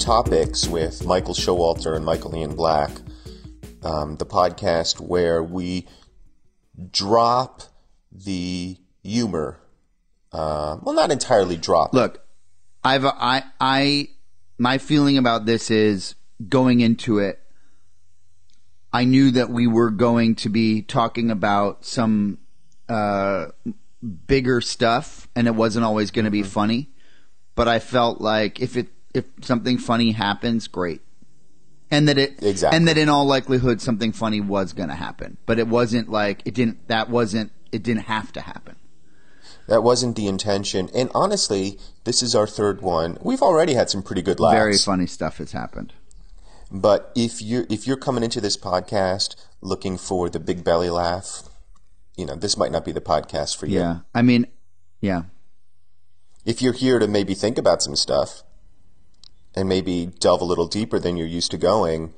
Topics with Michael Showalter and Michael Ian Black, um, the podcast where we drop the humor. Uh, well, not entirely drop. it. Look, I've I I my feeling about this is going into it. I knew that we were going to be talking about some uh, bigger stuff, and it wasn't always going to be funny. But I felt like if it if something funny happens, great, and that it Exactly. and that in all likelihood something funny was going to happen. But it wasn't like it didn't. That wasn't. It didn't have to happen. That wasn't the intention. And honestly, this is our third one. We've already had some pretty good laughs. Very funny stuff has happened. But if you if you're coming into this podcast looking for the big belly laugh, you know this might not be the podcast for you. Yeah. I mean, yeah. If you're here to maybe think about some stuff, and maybe delve a little deeper than you're used to going,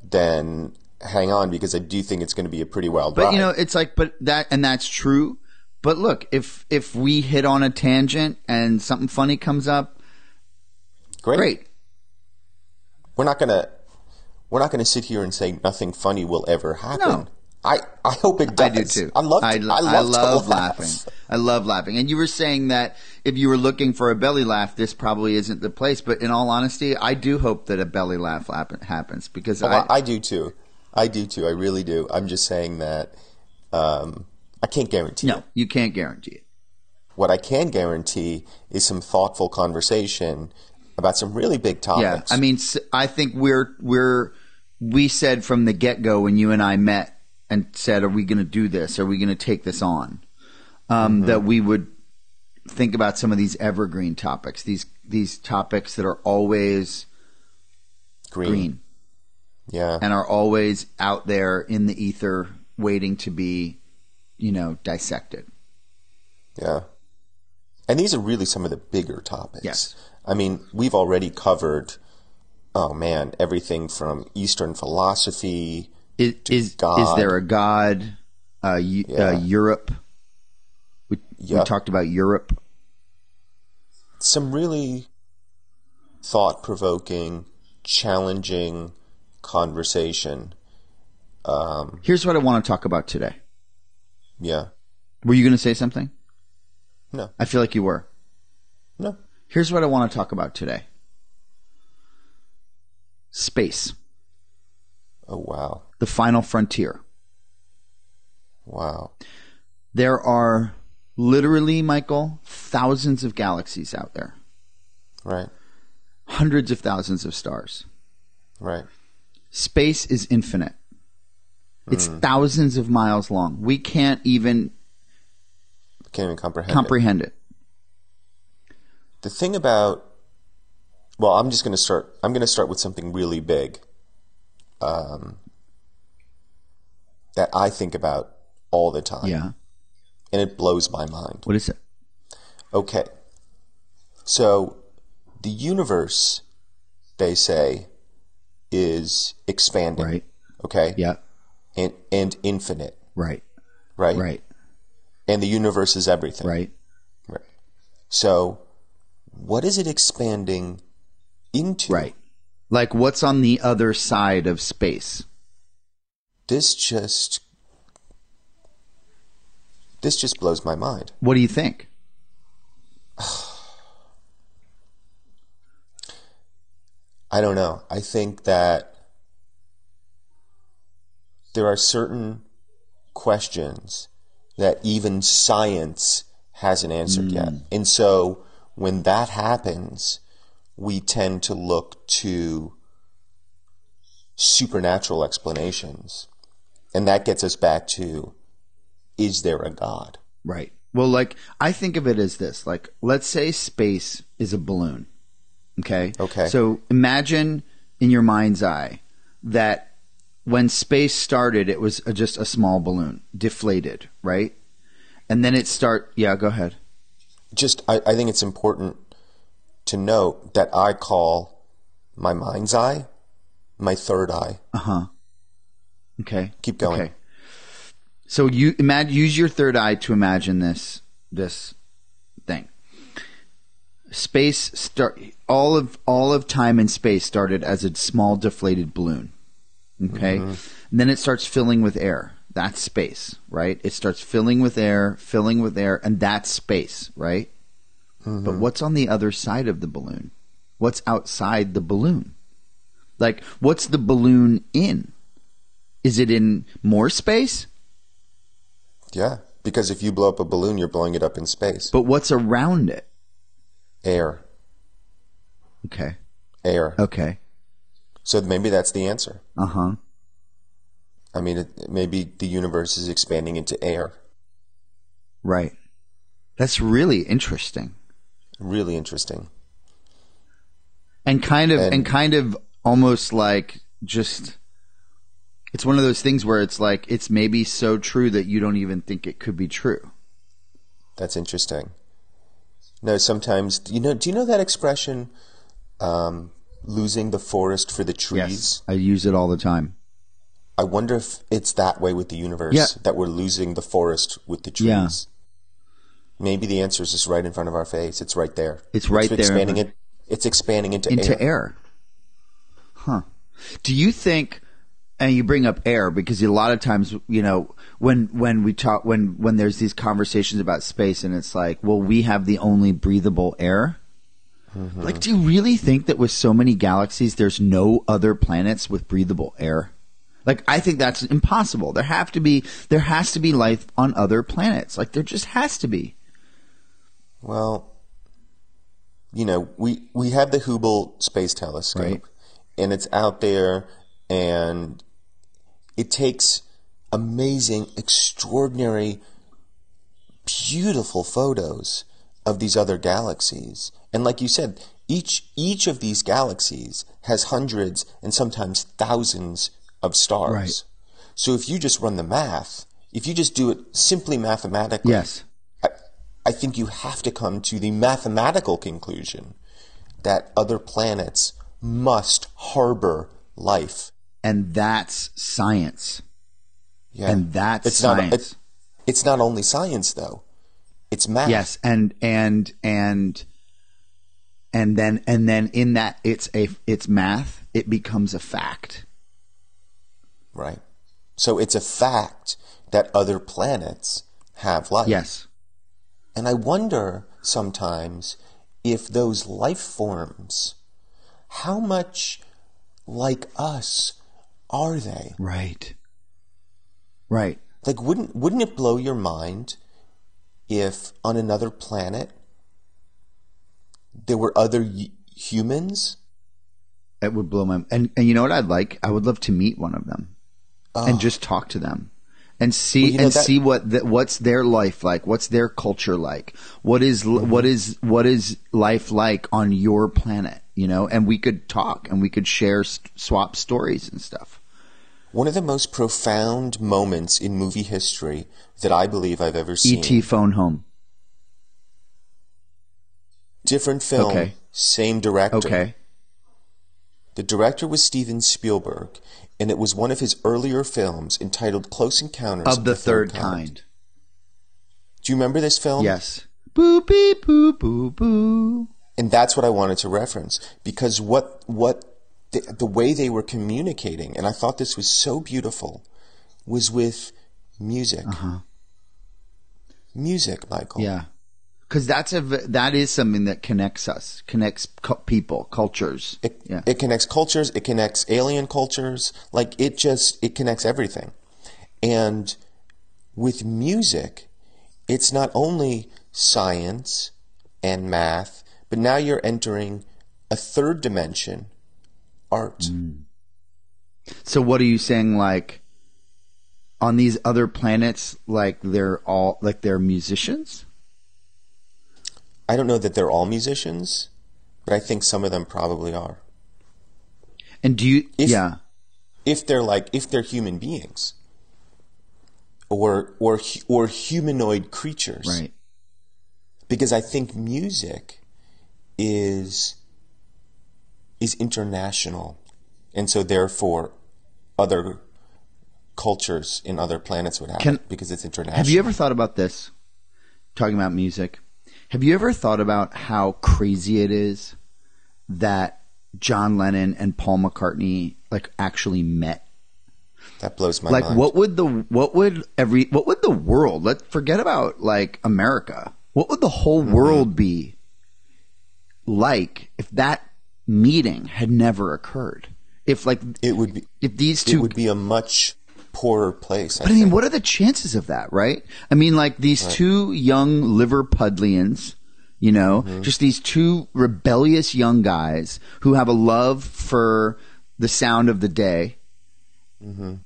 then hang on because I do think it's going to be a pretty wild But ride. you know, it's like, but that, and that's true. But look, if if we hit on a tangent and something funny comes up, great. great. We're not gonna we're not gonna sit here and say nothing funny will ever happen. No. I, I hope it I does. do too. I love to, I, love, I to love laugh. laughing. I love laughing. And you were saying that if you were looking for a belly laugh, this probably isn't the place. But in all honesty, I do hope that a belly laugh happen, happens because Well, I, Oh, I, do too. I do too. I really do. I'm just saying that um, I can't guarantee no, it. you can't guarantee it. What I can guarantee is some thoughtful conversation about some really big Yeah, topics. I mean, s- I think we're we're we said from the get go when you and I met and said, "Are we going to do this? Are we going to take this on?" Um, That we would think about some of these evergreen topics these these topics that are always green. green Yeah. and are always out there in the ether waiting to be you know dissected Yeah. And these are really some of the bigger topics. Yes. I mean, we've already covered, oh man, everything from Eastern philosophy. is is, is God. there a god uh, Eu- uh Yeah. europe we, we Yeah. talked about europe some really thought provoking, challenging conversation. Um, here's what i want to talk about today yeah. Were you going to say something? No. I feel like you were. No. Here's what I want to talk about today space, Oh, wow. the final frontier. Wow. There are literally, Michael, thousands of galaxies out there, Right. hundreds of thousands of stars. Right. Space is infinite, it's thousands of miles long. We can't even Can't even comprehend. it. comprehend it. the thing about, well, I'm just going to start, I'm going to start with something really big um, that I think about all the time. Yeah. And it blows my mind. What is it? Okay. So the universe, they say, is expanding. Right. Okay. Yeah. And and infinite. Right. Right. Right. And the universe is everything. Right. Right. So what is it expanding into? Right. Like what's on the other side of space? This just this just blows my mind. What do you think? I don't know. I think that there are certain questions that even science hasn't answered yet. And so when that happens, we tend to look to supernatural explanations. And that gets us back to is there a God? Right. Well, like I think of it as this: like, let's say space is a balloon. Okay. Okay. So imagine in your mind's eye that when space started, it was a, just a small balloon, deflated, right? And then it start. Yeah, go ahead. Just, I, I think it's important to note that I call my mind's eye my third eye. Uh huh. Okay. Keep going. Okay. So you imagine use your third eye to imagine this this thing. space start all of all of time and space started as a small deflated balloon. Okay, and then it starts filling with air. That's space, right? It starts filling with air, filling with air, and that's space, right? But what's on the other side of the balloon? What's outside the balloon? Like, what's the balloon in? Is it in more space? Yeah, because if you blow up a balloon, you're blowing it up in space. But what's around it? Air, Okay. air. Okay. So maybe that's the answer. Uh huh. I mean, it, maybe the universe is expanding into air. Right. That's really interesting. Really interesting. And kind of, and, And- kind of almost like just, it's one of those things where it's like, it's maybe so true that you don't even think it could be true. That's interesting. No, sometimes do you know. Do you know that expression? Um, losing the forest for the trees. I use it all the time. I wonder if it's that way with the universe Yeah. that we're losing the forest with the trees. Yeah. Maybe the answer is just right in front of our face. It's right there. It's right there. expanding It, it's expanding into, into air. air. Huh. Do you think and you bring up air because a lot of times, you know, when when we talk when when there's these conversations about space and it's like, well, we have the only breathable air. Mm-hmm. Like, do you really think that with so many galaxies, there's no other planets with breathable air? Like, I think that's impossible. There have to be, there has to be life on other planets. Like, there just has to be. Well, you know, we, we have the Hubble Space Telescope, Right. and it's out there, and it takes amazing, extraordinary, beautiful photos of these other galaxies. And like you said, each each of these galaxies has hundreds and sometimes thousands of stars. Right. So if you just run the math, if you just do it simply mathematically, Yes. I, I think you have to come to the mathematical conclusion that other planets must harbor life. And that's science. Yeah. And that's it's science. Not, it's, it's not only science, though. It's math. Yes, and and and and then and then in that it's a it's math. It becomes a fact. Right. So it's a fact that other planets have life. Yes, And I wonder sometimes if those life forms, how much like us are they? right, right. like wouldn't wouldn't it blow your mind if on another planet there were other y- humans It would blow my and and you know what I'd like? I would love to meet one of them and just talk to them and see Ah. Well, you know and that- see what the, what's their life like, what's their culture like, what is l what is what is life like on your planet, you know? And we could talk and we could share st- swap stories and stuff. one of the most profound moments in movie history that i believe i've ever seen ET E phone home. different film Okay. same director Okay. the director was steven spielberg and it was one of his earlier films entitled close encounters of the third kind. do you remember this film Yes. Boo beep boo boo boo. and that's what I wanted to reference because what what the, the way they were communicating, and I thought this was so beautiful, was with music. Music, Michael. Uh-huh. Yeah, because that's a v- that is something that connects us, connects cu- people, cultures. It, yeah. it connects cultures. It connects alien cultures. Like it just it connects everything. And with music, it's not only science and math, but now you're entering a third dimension, art. Mm. so what are you saying? Like on these other planets, like they're all like they're musicians. I don't know that they're all musicians, but I think some of them probably are. And do you? If- yeah. If they're like if they're human beings or or hu- or humanoid creatures. Right. Because I think music is is international. And so therefore other cultures in other planets would have Can- it because it's international. Have you ever thought about this? Talking about music. Have you ever thought about how crazy it is that John Lennon and Paul McCartney like actually met? That blows my like mind. what would the what would every what would the world let forget about like America? What would the whole Mm-hmm. world be like if that meeting had never occurred? If like it would be if these it two would be a much poorer place. I But I mean, think. what are the chances of that, right? I mean, like these two young Liverpudlians, you know, just these two rebellious young guys who have a love for the sound of the day.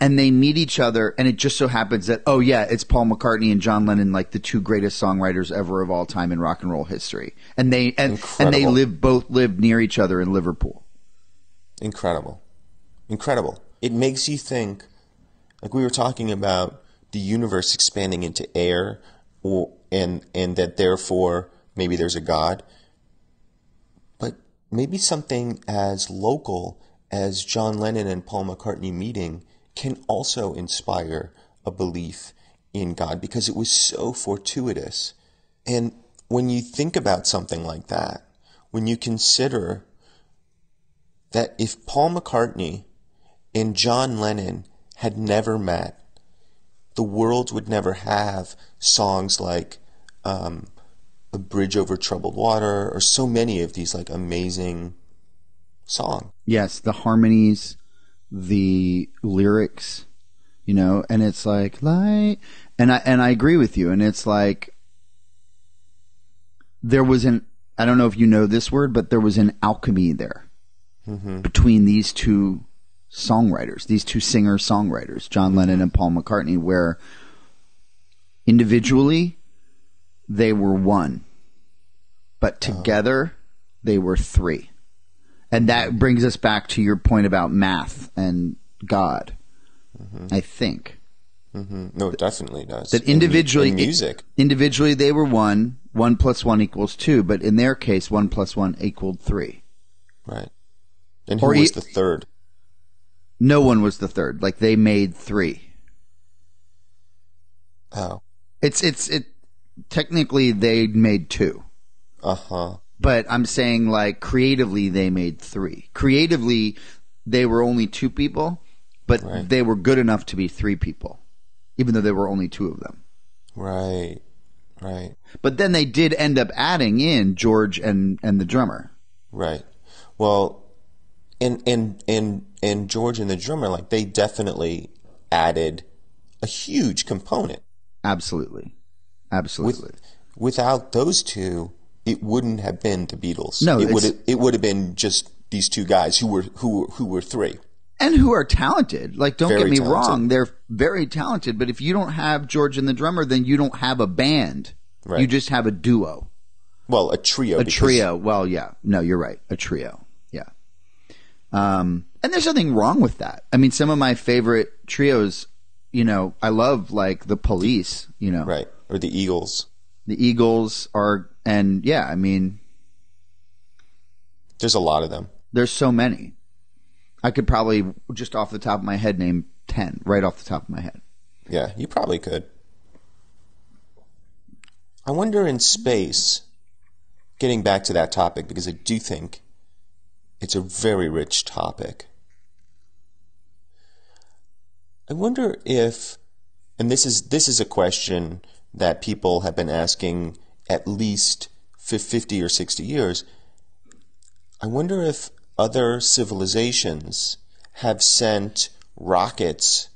And they meet each other, and it just so happens that, oh, yeah, it's Paul McCartney and John Lennon, like the two greatest songwriters ever of all time in rock and roll history. And they, and, and they Incredible. live, both live near each other in Liverpool. Incredible. Incredible. It makes you think, like we were talking about the universe expanding into air, or, and, and that therefore maybe there's a God. But maybe something as local as John Lennon and Paul McCartney meeting can also inspire a belief in God because it was so fortuitous. And when you think about something like that, when you consider that if Paul McCartney and John Lennon had never met, the world would never have songs like um, A Bridge Over Troubled Water or so many of these like amazing songs. yes, the harmonies, the lyrics, you know, and it's like like and I and I agree with you and it's like there was an I don't know if you know this word, but there was an alchemy there between these two songwriters, these two singer songwriters, John Lennon and Paul McCartney, where individually they were one, but together they were three. And that brings us back to your point about math and God. I think hmm No, it definitely does. that And mu- individually, and music. individually they were one. One plus one equals two, but in their case, one plus one equaled three. right. And who or was e- the third? No one was the third. Like they made three. Oh. It's it's it. Technically, they made two, Uh huh. but I'm saying like creatively they made three. Creatively, they were only two people, but Right. they were good enough to be three people, even though there were only two of them. Right. Right. But then they did end up adding in George and and the drummer. Right. Well, and and and and George and the drummer, like they definitely added a huge component. Absolutely, absolutely. Without those two, it wouldn't have been the Beatles. No, it would it's- have, it would have been just these two guys who were who were, who were three. and who are talented? Like, don't Very get me talented. wrong; they're very talented. But if you don't have George and the drummer, then you don't have a band. Right. You just have a duo, Well, a trio. a trio. Well, yeah, no, you're right, a trio. Yeah. Um, and there's nothing wrong with that. I mean, some of my favorite trios, you know, I love like the Police. You know, Right. Or the Eagles. the Eagles are, and yeah, I mean, There's a lot of them. There's so many. I could probably just off the top of my head name 10 right off the top of my head. Yeah, you probably could. I wonder in space, getting back to that topic, because I do think it's a very rich topic. I wonder if, and this is this is a question that people have been asking at least fif- 50 or 60 years. I wonder if other civilizations have sent rockets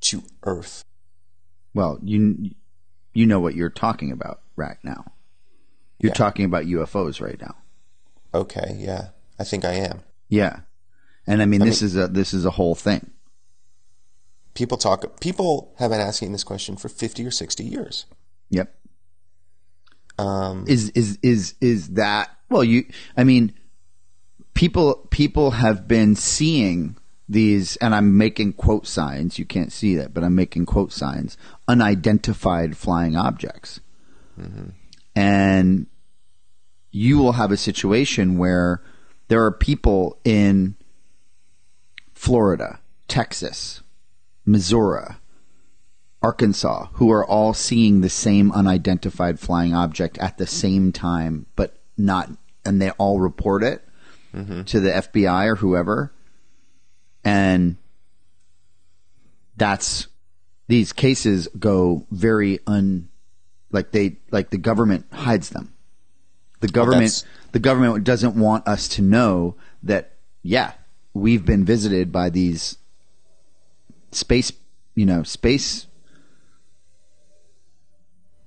to Earth. Well, you you know what you're talking about right now. You're Yeah. talking about UFOs right now. Okay, yeah. I think I am. Yeah. And I mean this is a this is a whole thing. People talk people have been asking this question for 50 or 60 years. Yep. Um, Is is is is that Well, you I mean people people have been seeing these and I'm making quote signs. You can't see that, but I'm making quote signs. Unidentified flying objects. and you will have a situation where there are people in Florida, Texas, Missouri, Arkansas who are all seeing the same unidentified flying object at the same time, but not, and they all report it to the FBI or whoever. And that's these cases go very un like they like the government hides them. The government that's- the government doesn't want us to know that yeah, we've been visited by these space, you know, space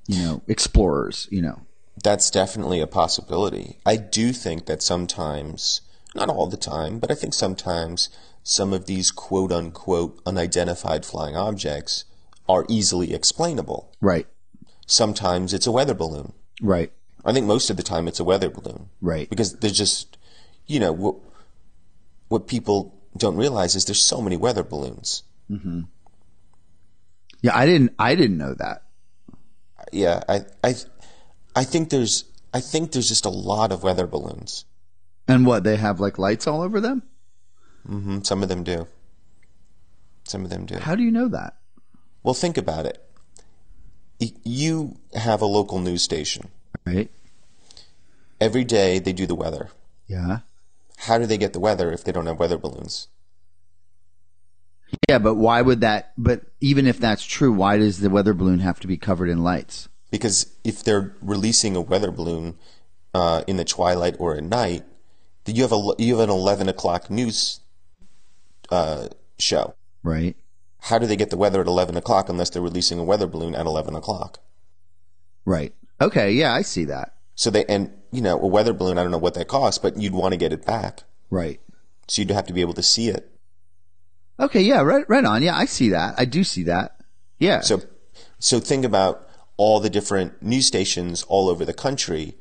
you know, explorers, you know. that's definitely a possibility. I do think that sometimes, not all the time, but I think sometimes some of these quote unquote unidentified flying objects are easily explainable. Right. Sometimes it's a weather balloon. Right. I think most of the time it's a weather balloon. Right. Because there's just, you know, what, what people don't realize is there's so many weather balloons. Yeah, I didn't I didn't know that. Yeah, I, I, I think there's, I think there's just a lot of weather balloons. And what, they have like lights all over them? hmm Some of them do. Some of them do. How do you know that? Well, think about it. Y- You have a local news station. Right. Every day they do the weather. Yeah. How do they get the weather if they don't have weather balloons? Yeah, but why would that? But even if that's true, why does the weather balloon have to be covered in lights? Because if they're releasing a weather balloon uh, in the twilight or at night, then you have a l- you have an eleven o'clock news uh, show. Right. How do they get the weather at eleven o'clock unless they're releasing a weather balloon at eleven o'clock? Right. Okay. Yeah, I see that. So they and you know a weather balloon. I don't know what that costs, but you'd want to get it back, Right. so you'd have to be able to see it. Okay. Yeah. Right. Right on. Yeah, I see that. I do see that. Yeah. So, so think about all the different news stations all over the country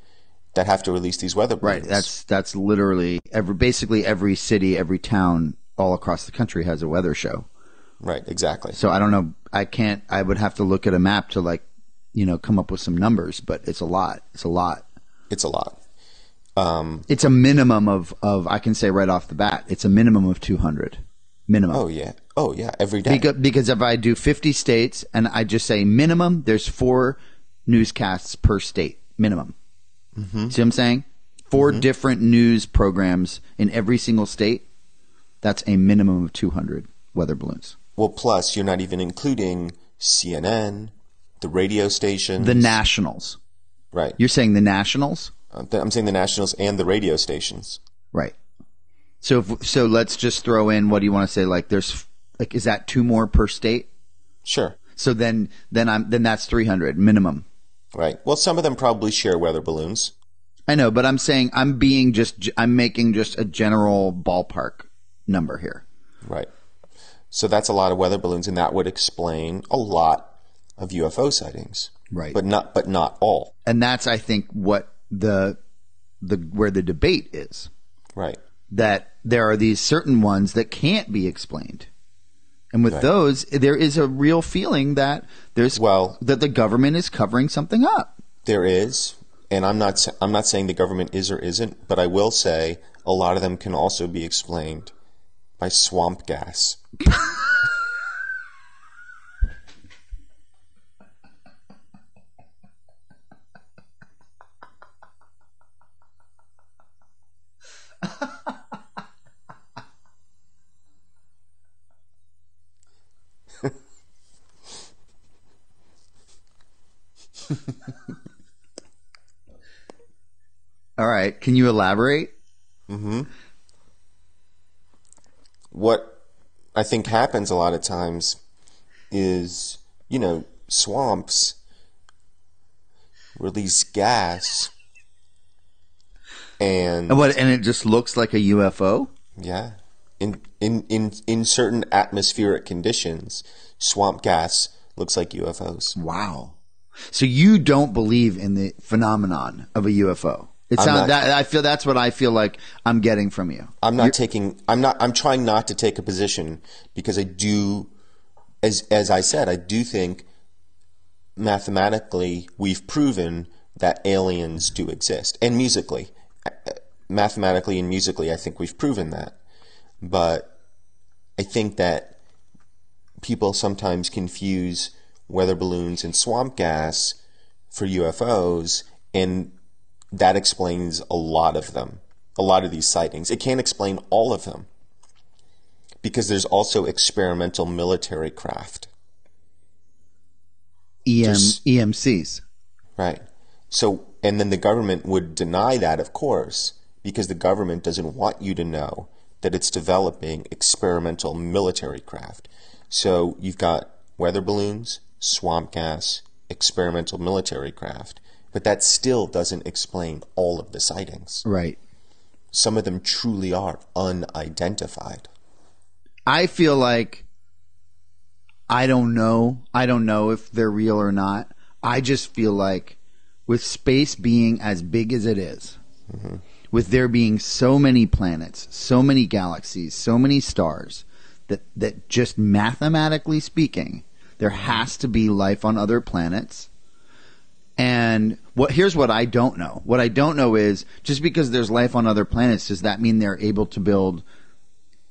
that have to release these weather right. balloons. That's that's literally every basically every city, every town all across the country has a weather show. right. Exactly. So I don't know. I can't. I would have to look at a map to like, you know, come up with some numbers. But it's a lot. It's a lot. It's a lot. Um, It's a minimum of of I can say right off the bat. It's a minimum of two hundred. Minimum. Oh yeah. Oh yeah. Every day. Because, because if I do 50 states and I just say minimum, there's four newscasts per state, minimum. See what I'm saying? 4 different news programs in every single state. That's a minimum of 200 weather balloons. well, plus you're not even including CNN, the radio stations. The nationals. right. You're saying the nationals? Uh, I'm saying the nationals and the radio stations. Right. So, if, so let's just throw in what do you want to say? Like, there's, like, is that two more per state? Sure. So then, then I'm, then that's 300 minimum. Right. Well, some of them probably share weather balloons. I know, but I'm saying I'm being just I'm making just a general ballpark number here. Right. So that's a lot of weather balloons, and that would explain a lot of UFO sightings. Right. But not. But not all. And that's I think what the the where the debate is Right. that there are these certain ones that can't be explained. And with those there is a real feeling that there's Well- that the government is covering something up. There is, and I'm not s- I'm not saying the government is or isn't, but I will say a lot of them can also be explained by swamp gas. All right, can you elaborate? What I think happens a lot of times is, you know, swamps release gas and And what and it just looks like a UFO? Yeah. In in in in certain atmospheric conditions, swamp gas looks like UFOs. Wow. So you don't believe in the phenomenon of a UFO. It I'm sounds not- that I feel that's what I feel like I'm getting from you. I'm not taking I'm not I'm trying not to take a position because I do as as I said, I do think mathematically we've proven that aliens do exist and musically Uh, mathematically and musically I think we've proven that. But I think that people sometimes confuse weather balloons, and swamp gas for UFOs, and that explains a lot of them, a lot of these sightings. It can't explain all of them because there's also experimental military craft. EM, Just- EMCs. Right. So, and then the government would deny that, of course, because the government doesn't want you to know that it's developing experimental military craft. So you've got weather balloons, swamp gas, experimental military craft, but that still doesn't explain all of the sightings. Right. Some of them truly are unidentified. I feel like I don't know. I don't know if they're real or not. I just feel like with space being as big as it is, with there being so many planets, so many galaxies, so many stars, that that just mathematically speaking, there has to be life on other planets. And what here's what I don't know. What I don't know is just because there's life on other planets, does that mean they're able to build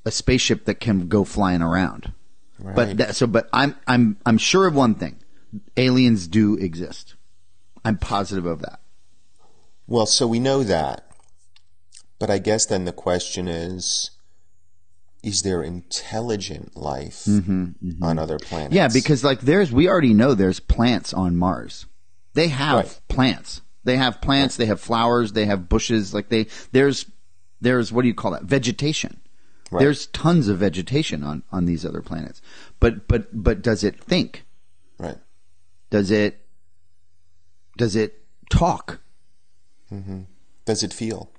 a spaceship that can go flying around. Right. But that, so, but I'm I'm I'm sure of one thing: aliens do exist. I'm positive of that. Well, so we know that. But I guess then the question is is there intelligent life on other planets? Mm-hmm, Yeah, because like there's we already know there's plants on Mars. They have Right. plants. They have plants. They have flowers. They have bushes. Like they there's there's what do you call that vegetation. Right. There's tons of vegetation on on these other planets. But but but does it think? Right. Does it does it talk? Does it feel?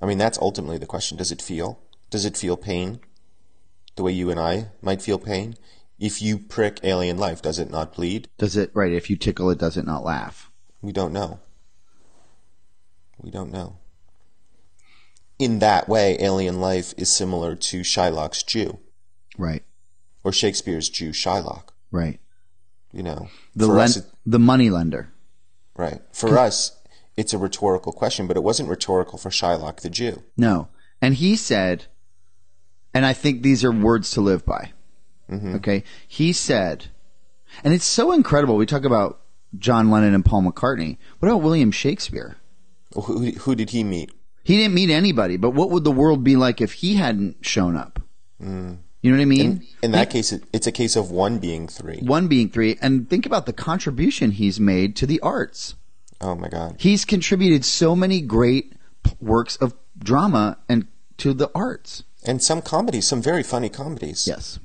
I mean, that's ultimately the question. Does it feel? Does it feel pain? The way you and I might feel pain? If you prick alien life, does it not bleed? Does it right? If you tickle it, does it not laugh? We don't know. We don't know. In that way, alien life is similar to Shylock's Jew. Right, or Shakespeare's Jew Shylock. right. You know, The for len- us, it- the money lender. right? For us, it's a rhetorical question, but it wasn't rhetorical for Shylock the Jew. No, and he said, and I think these are words to live by. Mm-hmm. Mm. Okay, he said, and it's so incredible. We talk about John Lennon and Paul McCartney. What about William Shakespeare? Who, who did he meet? He didn't meet anybody, but what would the world be like if he hadn't shown up? You know what I mean? Mm. In that case, it, it's a case of one being three. One being three, and think about the contribution he's made to the arts. Oh my God! he's contributed so many great p- works of drama and to the arts. And some comedies, some very funny comedies. Yes.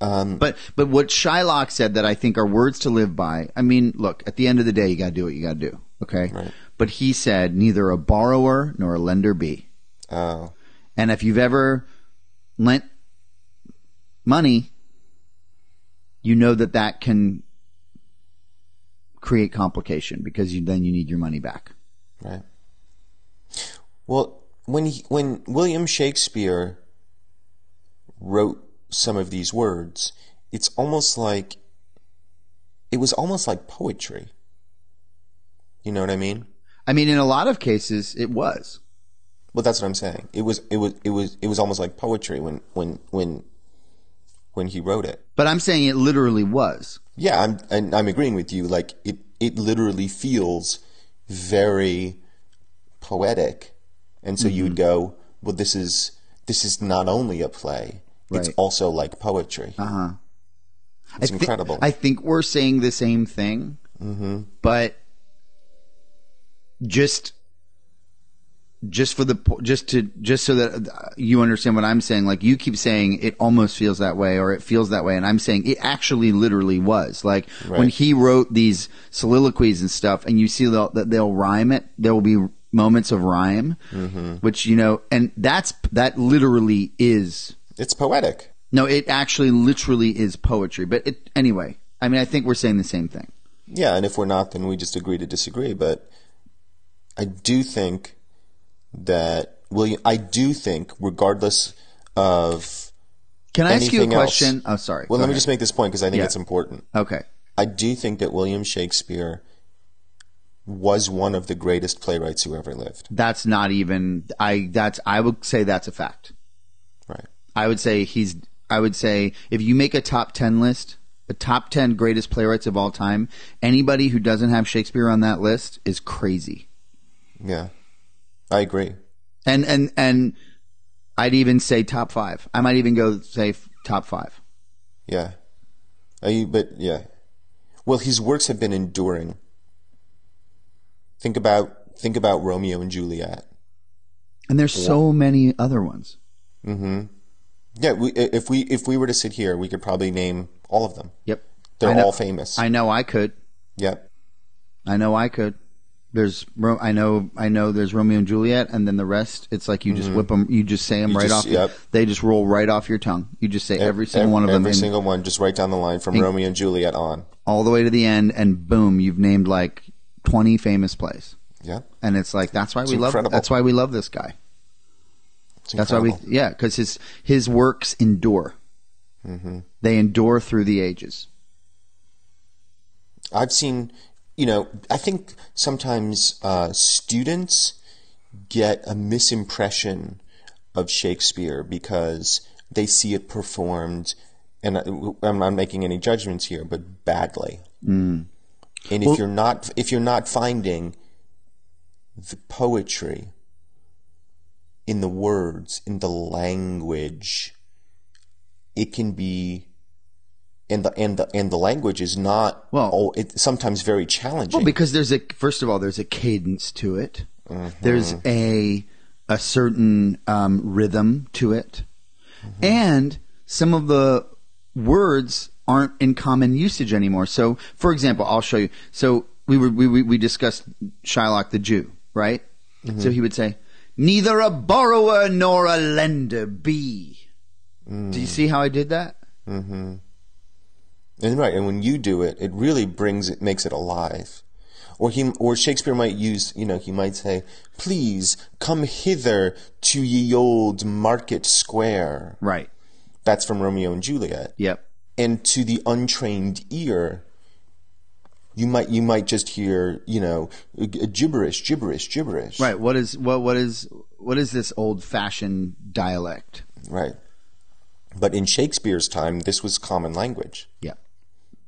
Um, But but what Shylock said that I think are words to live by. I mean, look, at the end of the day you got to do what you got to do, okay? Right. But he said neither a borrower nor a lender be. uh, And if you've ever lent money, you know that that can create complication because you then you need your money back. right. Well, when he, when William Shakespeare wrote some of these words, it's almost like it was almost like poetry. You know what I mean? I mean, in a lot of cases it was. Well, that's what I'm saying. It was it was it was it was almost like poetry when when when when he wrote it. But I'm saying it literally was. Yeah, I'm and I'm agreeing with you. Like it it literally feels very poetic, and so you would Mm-hmm. go, well, this is this is not only a play, it's Right. also like poetry. Uh-huh. It's I thi- incredible. Mm-hmm. I think we're saying the same thing, but just just for the po- just to just so that uh, you understand what I'm saying. Like you keep saying it almost feels that way or it feels that way, and I'm saying it actually literally was. Like when Right. he wrote these soliloquies and stuff, and you see they'll, that they'll rhyme it. There will be moments of rhyme, Mm-hmm. which you know, and that's that literally is it's poetic. no, it actually literally is poetry. But it anyway. I mean, I think we're saying the same thing. Yeah, and if we're not, then we just agree to disagree. But I do think that William. I do think, regardless of Can I ask you a Anything else? question? Oh, sorry. Well, Go let me ahead. just make this point because I think Yeah. it's important. Okay. I do think that William Shakespeare was one of the greatest playwrights who ever lived. That's not even. I. That's. I would say that's a fact. Right. I would say he's. I would say if you make a top ten list the top 10 greatest playwrights of all time. Anybody who doesn't have Shakespeare on that list is crazy. Yeah, I agree. And and and I'd even say top 5. I might even go say f- top 5. Yeah, I, but yeah, well, his works have been enduring. Think about think about Romeo and Juliet. And there's so many other ones. Mm-hmm. Yeah, we, if we if we were to sit here, we could probably name all of them. Yep. I They're know- all famous. I know I could. yep. I know I could. There's Ro- I know I know there's Romeo and Juliet and then the rest it's like you just whip them you just say them Mm-hmm. You right just- off your- yep. they just roll right off your tongue. You just say every single one of them Every and single one, just right down the line from Romeo and Juliet on. all the way to the end and boom you've named like 20 famous plays. Yeah. And it's like that's why we love incredible. that's why we love this guy. It's That's why we incredible. yeah cuz his his works endure. Mm-hmm. They endure through the ages. I've seen, you know, I think sometimes uh, students get a misimpression of Shakespeare because they see it performed, and I, I'm not making any judgments here, but badly. And if you're not, if you're not finding the poetry in the words, in the language, it can be and the and the and the language is not Well- oh, it's sometimes very challenging. Well, because there's a first of all, there's a cadence to it. There's a a certain um, rhythm to it, and some of the words aren't in common usage anymore. So, for example, I'll show you. So we were we we, we discussed Shylock the Jew, right? So he would say, "Neither a borrower nor a lender be." Do you see how I did that? and right, and when you do it, it really brings it makes it alive. Or he or Shakespeare might use, you know, he might say, "Please come hither to ye old market square." Right. That's from Romeo and Juliet. Yep. and to the untrained ear you might you might just hear you know g- gibberish gibberish gibberish Right. What is what what is what is this old fashioned dialect? right but in shakespeare's time this was common language Yeah.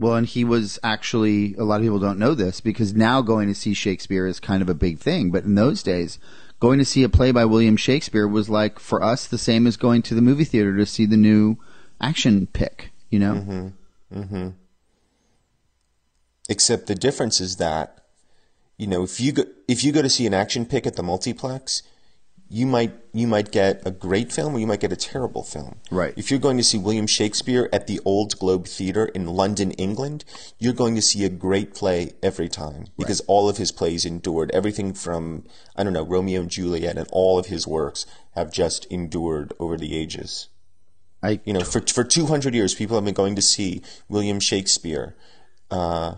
Well, and he was actually, a lot of people don't know this because now going to see Shakespeare is kind of a big thing. But in those days, going to see a play by William Shakespeare was like, for us, the same as going to the movie theater to see the new action pick, you know? except the difference is that you know if you go if you go to see an action pick at the multiplex you might you might get a great film or you might get a terrible film Right. if you're going to see william shakespeare at the old globe theater in london england you're going to see a great play every time because all of his plays endured everything from i don't know romeo and juliet and all of his works have just endured over the ages I, you know, for for two hundred years, people have been going to see William Shakespeare, uh,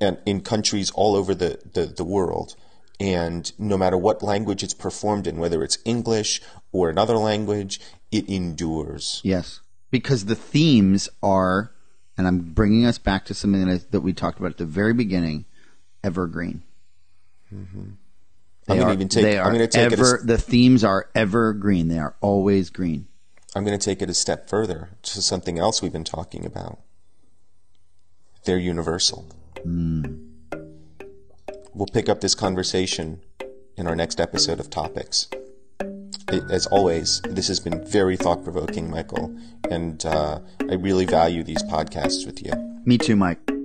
in, in countries all over the, the the world, and no matter what language it's performed in, whether it's English or another language, it endures. yes. Because the themes are, and I'm bringing us back to something that, I, that we talked about at the very beginning evergreen. They I'm gonna are- even take. they are I'm gonna take ever, it. the themes are evergreen. They are always A, green. I'm gonna take it a step further to something else we've been talking about. They're universal. We'll pick up this conversation in our next episode of Topics. as always, this has been very thought provoking, Michael, and uh, I really value these podcasts with you. Me too, Mike.